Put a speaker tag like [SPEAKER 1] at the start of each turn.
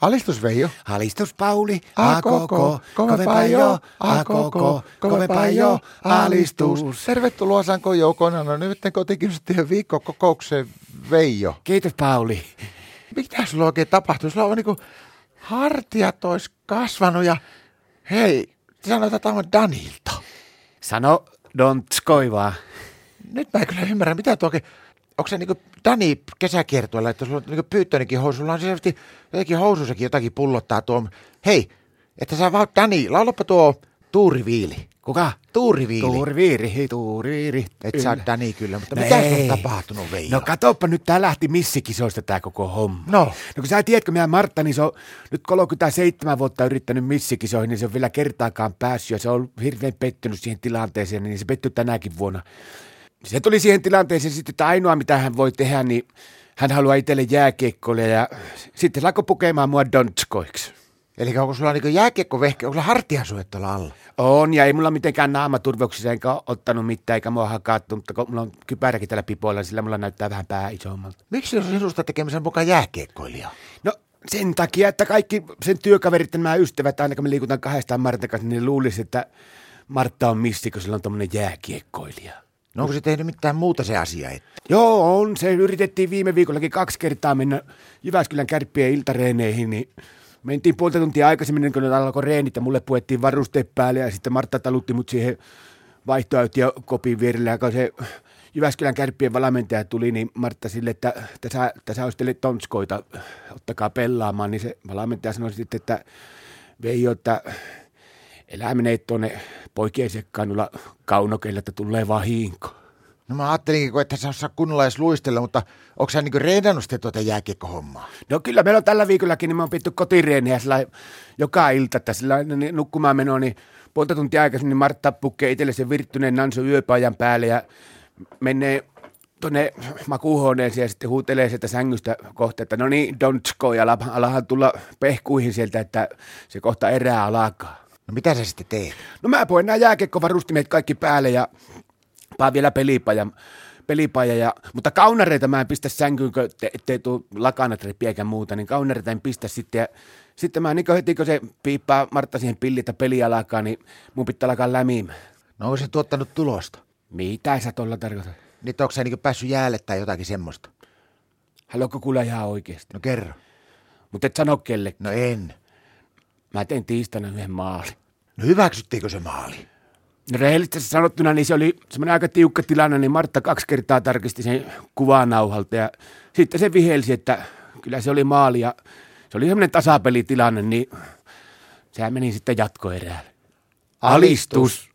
[SPEAKER 1] Alistus Veijo.
[SPEAKER 2] Alistus Pauli,
[SPEAKER 1] A koko, kovempaa jo, a koko, kovempaa jo, alistus. Tervetuloa Sanko Joukona, no nyt kotikirjoittajien viikkokokoukseen Veijo.
[SPEAKER 2] Kiitos Pauli.
[SPEAKER 1] Mitä sulla oikein tapahtui? Sulla on niinku hartiat ois kasvanut ja hei, sanoit, että tämä on Danilta.
[SPEAKER 2] Sano Donskoi vaan.
[SPEAKER 1] Nyt mä en kyllä ymmärrä, mitä tuo oikein... Onko se niinku Dani kesäkiertueella, että sulla on niinku pyyttönikin housu, sulla on selvästi jotenkin housusakin jotakin pullottaa tuo. Hei, että sä vaan Dani, laulapa tuo tuuriviili.
[SPEAKER 2] Kuka?
[SPEAKER 1] Tuuriviili.
[SPEAKER 2] Tuuriviiri, hei tuuriviiri.
[SPEAKER 1] Et sä oot Dani kyllä, mutta mitä
[SPEAKER 2] No ei.
[SPEAKER 1] sulla on tapahtunut Veijo?
[SPEAKER 2] No katoppa nyt, tää lähti missikisoista tää koko homma.
[SPEAKER 1] No.
[SPEAKER 2] No kun sä tiedätkö, meidän Martta, niin se on nyt 37 vuotta yrittänyt missikisoihin, niin se on vielä kertaakaan päässyt ja se on hirveän pettynyt siihen tilanteeseen, niin se pettyi tänäkin vuonna. Se tuli siihen tilanteeseen sitten, että ainoa mitä hän voi tehdä, niin hän haluaa itselle jääkiekkoille ja sitten se alkoi pukemaan mua Donskoiksi.
[SPEAKER 1] Eli onko sulla niinku jääkiekkovehke, onko sulla hartiasuojat tuolla alla?
[SPEAKER 2] On, ja ei mulla mitenkään naamaturveuksissa enkä ole ottanut mitään, eikä mua hakattu, mutta kun mulla on kypäräkin täällä pipoilla, niin sillä mulla näyttää vähän pää isommalta.
[SPEAKER 1] Miksi sinä sinusta tekemisen mukaan jääkiekkoilija?
[SPEAKER 2] No sen takia, että kaikki sen työkaverit ja nämä ystävät, aina kun me liikutaan kahdestaan Martan kanssa, niin ne luulisi, että Martta on missi, kun sillä on tommonen jääkiekkoilija.
[SPEAKER 1] No onko se tehnyt mitään muuta se asia? Et?
[SPEAKER 2] Joo, on. Se yritettiin viime viikollakin kaksi kertaa mennä Jyväskylän kärppien iltareeneihin, niin mentiin puolta tuntia aikaisemmin, ennen kuin ne alkoi reenit ja mulle puettiin varusteet päälle ja sitten Martta talutti mut siihen vaihtoehtoja kopin vierelle ja kun se Jyväskylän kärppien valmentaja tuli, niin Martta sille, että tässä, tässä olisi teille tonskoita, ottakaa pelaamaan, niin se valmentaja sanoi sitten, että Veijo, että elää menee tuonne poikien sekkaan noilla kaunokeilla, että tulee vahinko.
[SPEAKER 1] No mä ajattelinkin, että sä osaa kunnolla edes luistella, mutta onko sä niinku reedannut sitten tuota jääkiekkohommaa?
[SPEAKER 2] No kyllä, meillä on tällä viikollakin, niin me on pidetty kotireeniä sillä joka ilta, että sillä niin nukkumaan meno, niin puolta tuntia aikaisemmin niin Martta pukkee itselle sen virttyneen nanso yöpaajan päälle ja menee tuonne makuuhuoneeseen ja sitten huutelee sieltä sängystä kohta, että no niin, donsko, ja ala, alahan tulla pehkuihin sieltä, että se kohta erää alkaa.
[SPEAKER 1] No mitä sä sitten teet?
[SPEAKER 2] No mä poin nämä jääkiekkovarustimet kaikki päälle ja paan vielä pelipaja, pelipaja ja, mutta kaunareita mä en pistä sänkyyn, kun te, ettei tuu lakanatrippiä eikä muuta, niin kaunareita en pistä sitten ja sitten mä niin heti, kun se piippaa Martta siihen pillitä peli alkaa, niin mun pitää alkaa lämimään.
[SPEAKER 1] No onko se tuottanut tulosta?
[SPEAKER 2] Mitä sä tuolla tarkoitat?
[SPEAKER 1] Niin että onko sä niinku päässyt jäälle tai jotakin semmoista?
[SPEAKER 2] Haluatko kuulla ihan oikeasti?
[SPEAKER 1] No kerro.
[SPEAKER 2] Mutta et sano kelle.
[SPEAKER 1] No en.
[SPEAKER 2] Mä tein tiistaina yhden maalin.
[SPEAKER 1] No hyväksyttiinkö se maali?
[SPEAKER 2] No rehellisesti sanottuna, niin se oli semmoinen aika tiukka tilanne, niin Martta kaksi kertaa tarkisti sen kuvanauhalta ja sitten se vihelsi, että kyllä se oli maali ja se oli semmoinen tasapelitilanne, niin sehän meni sitten jatkoerään. Alistus.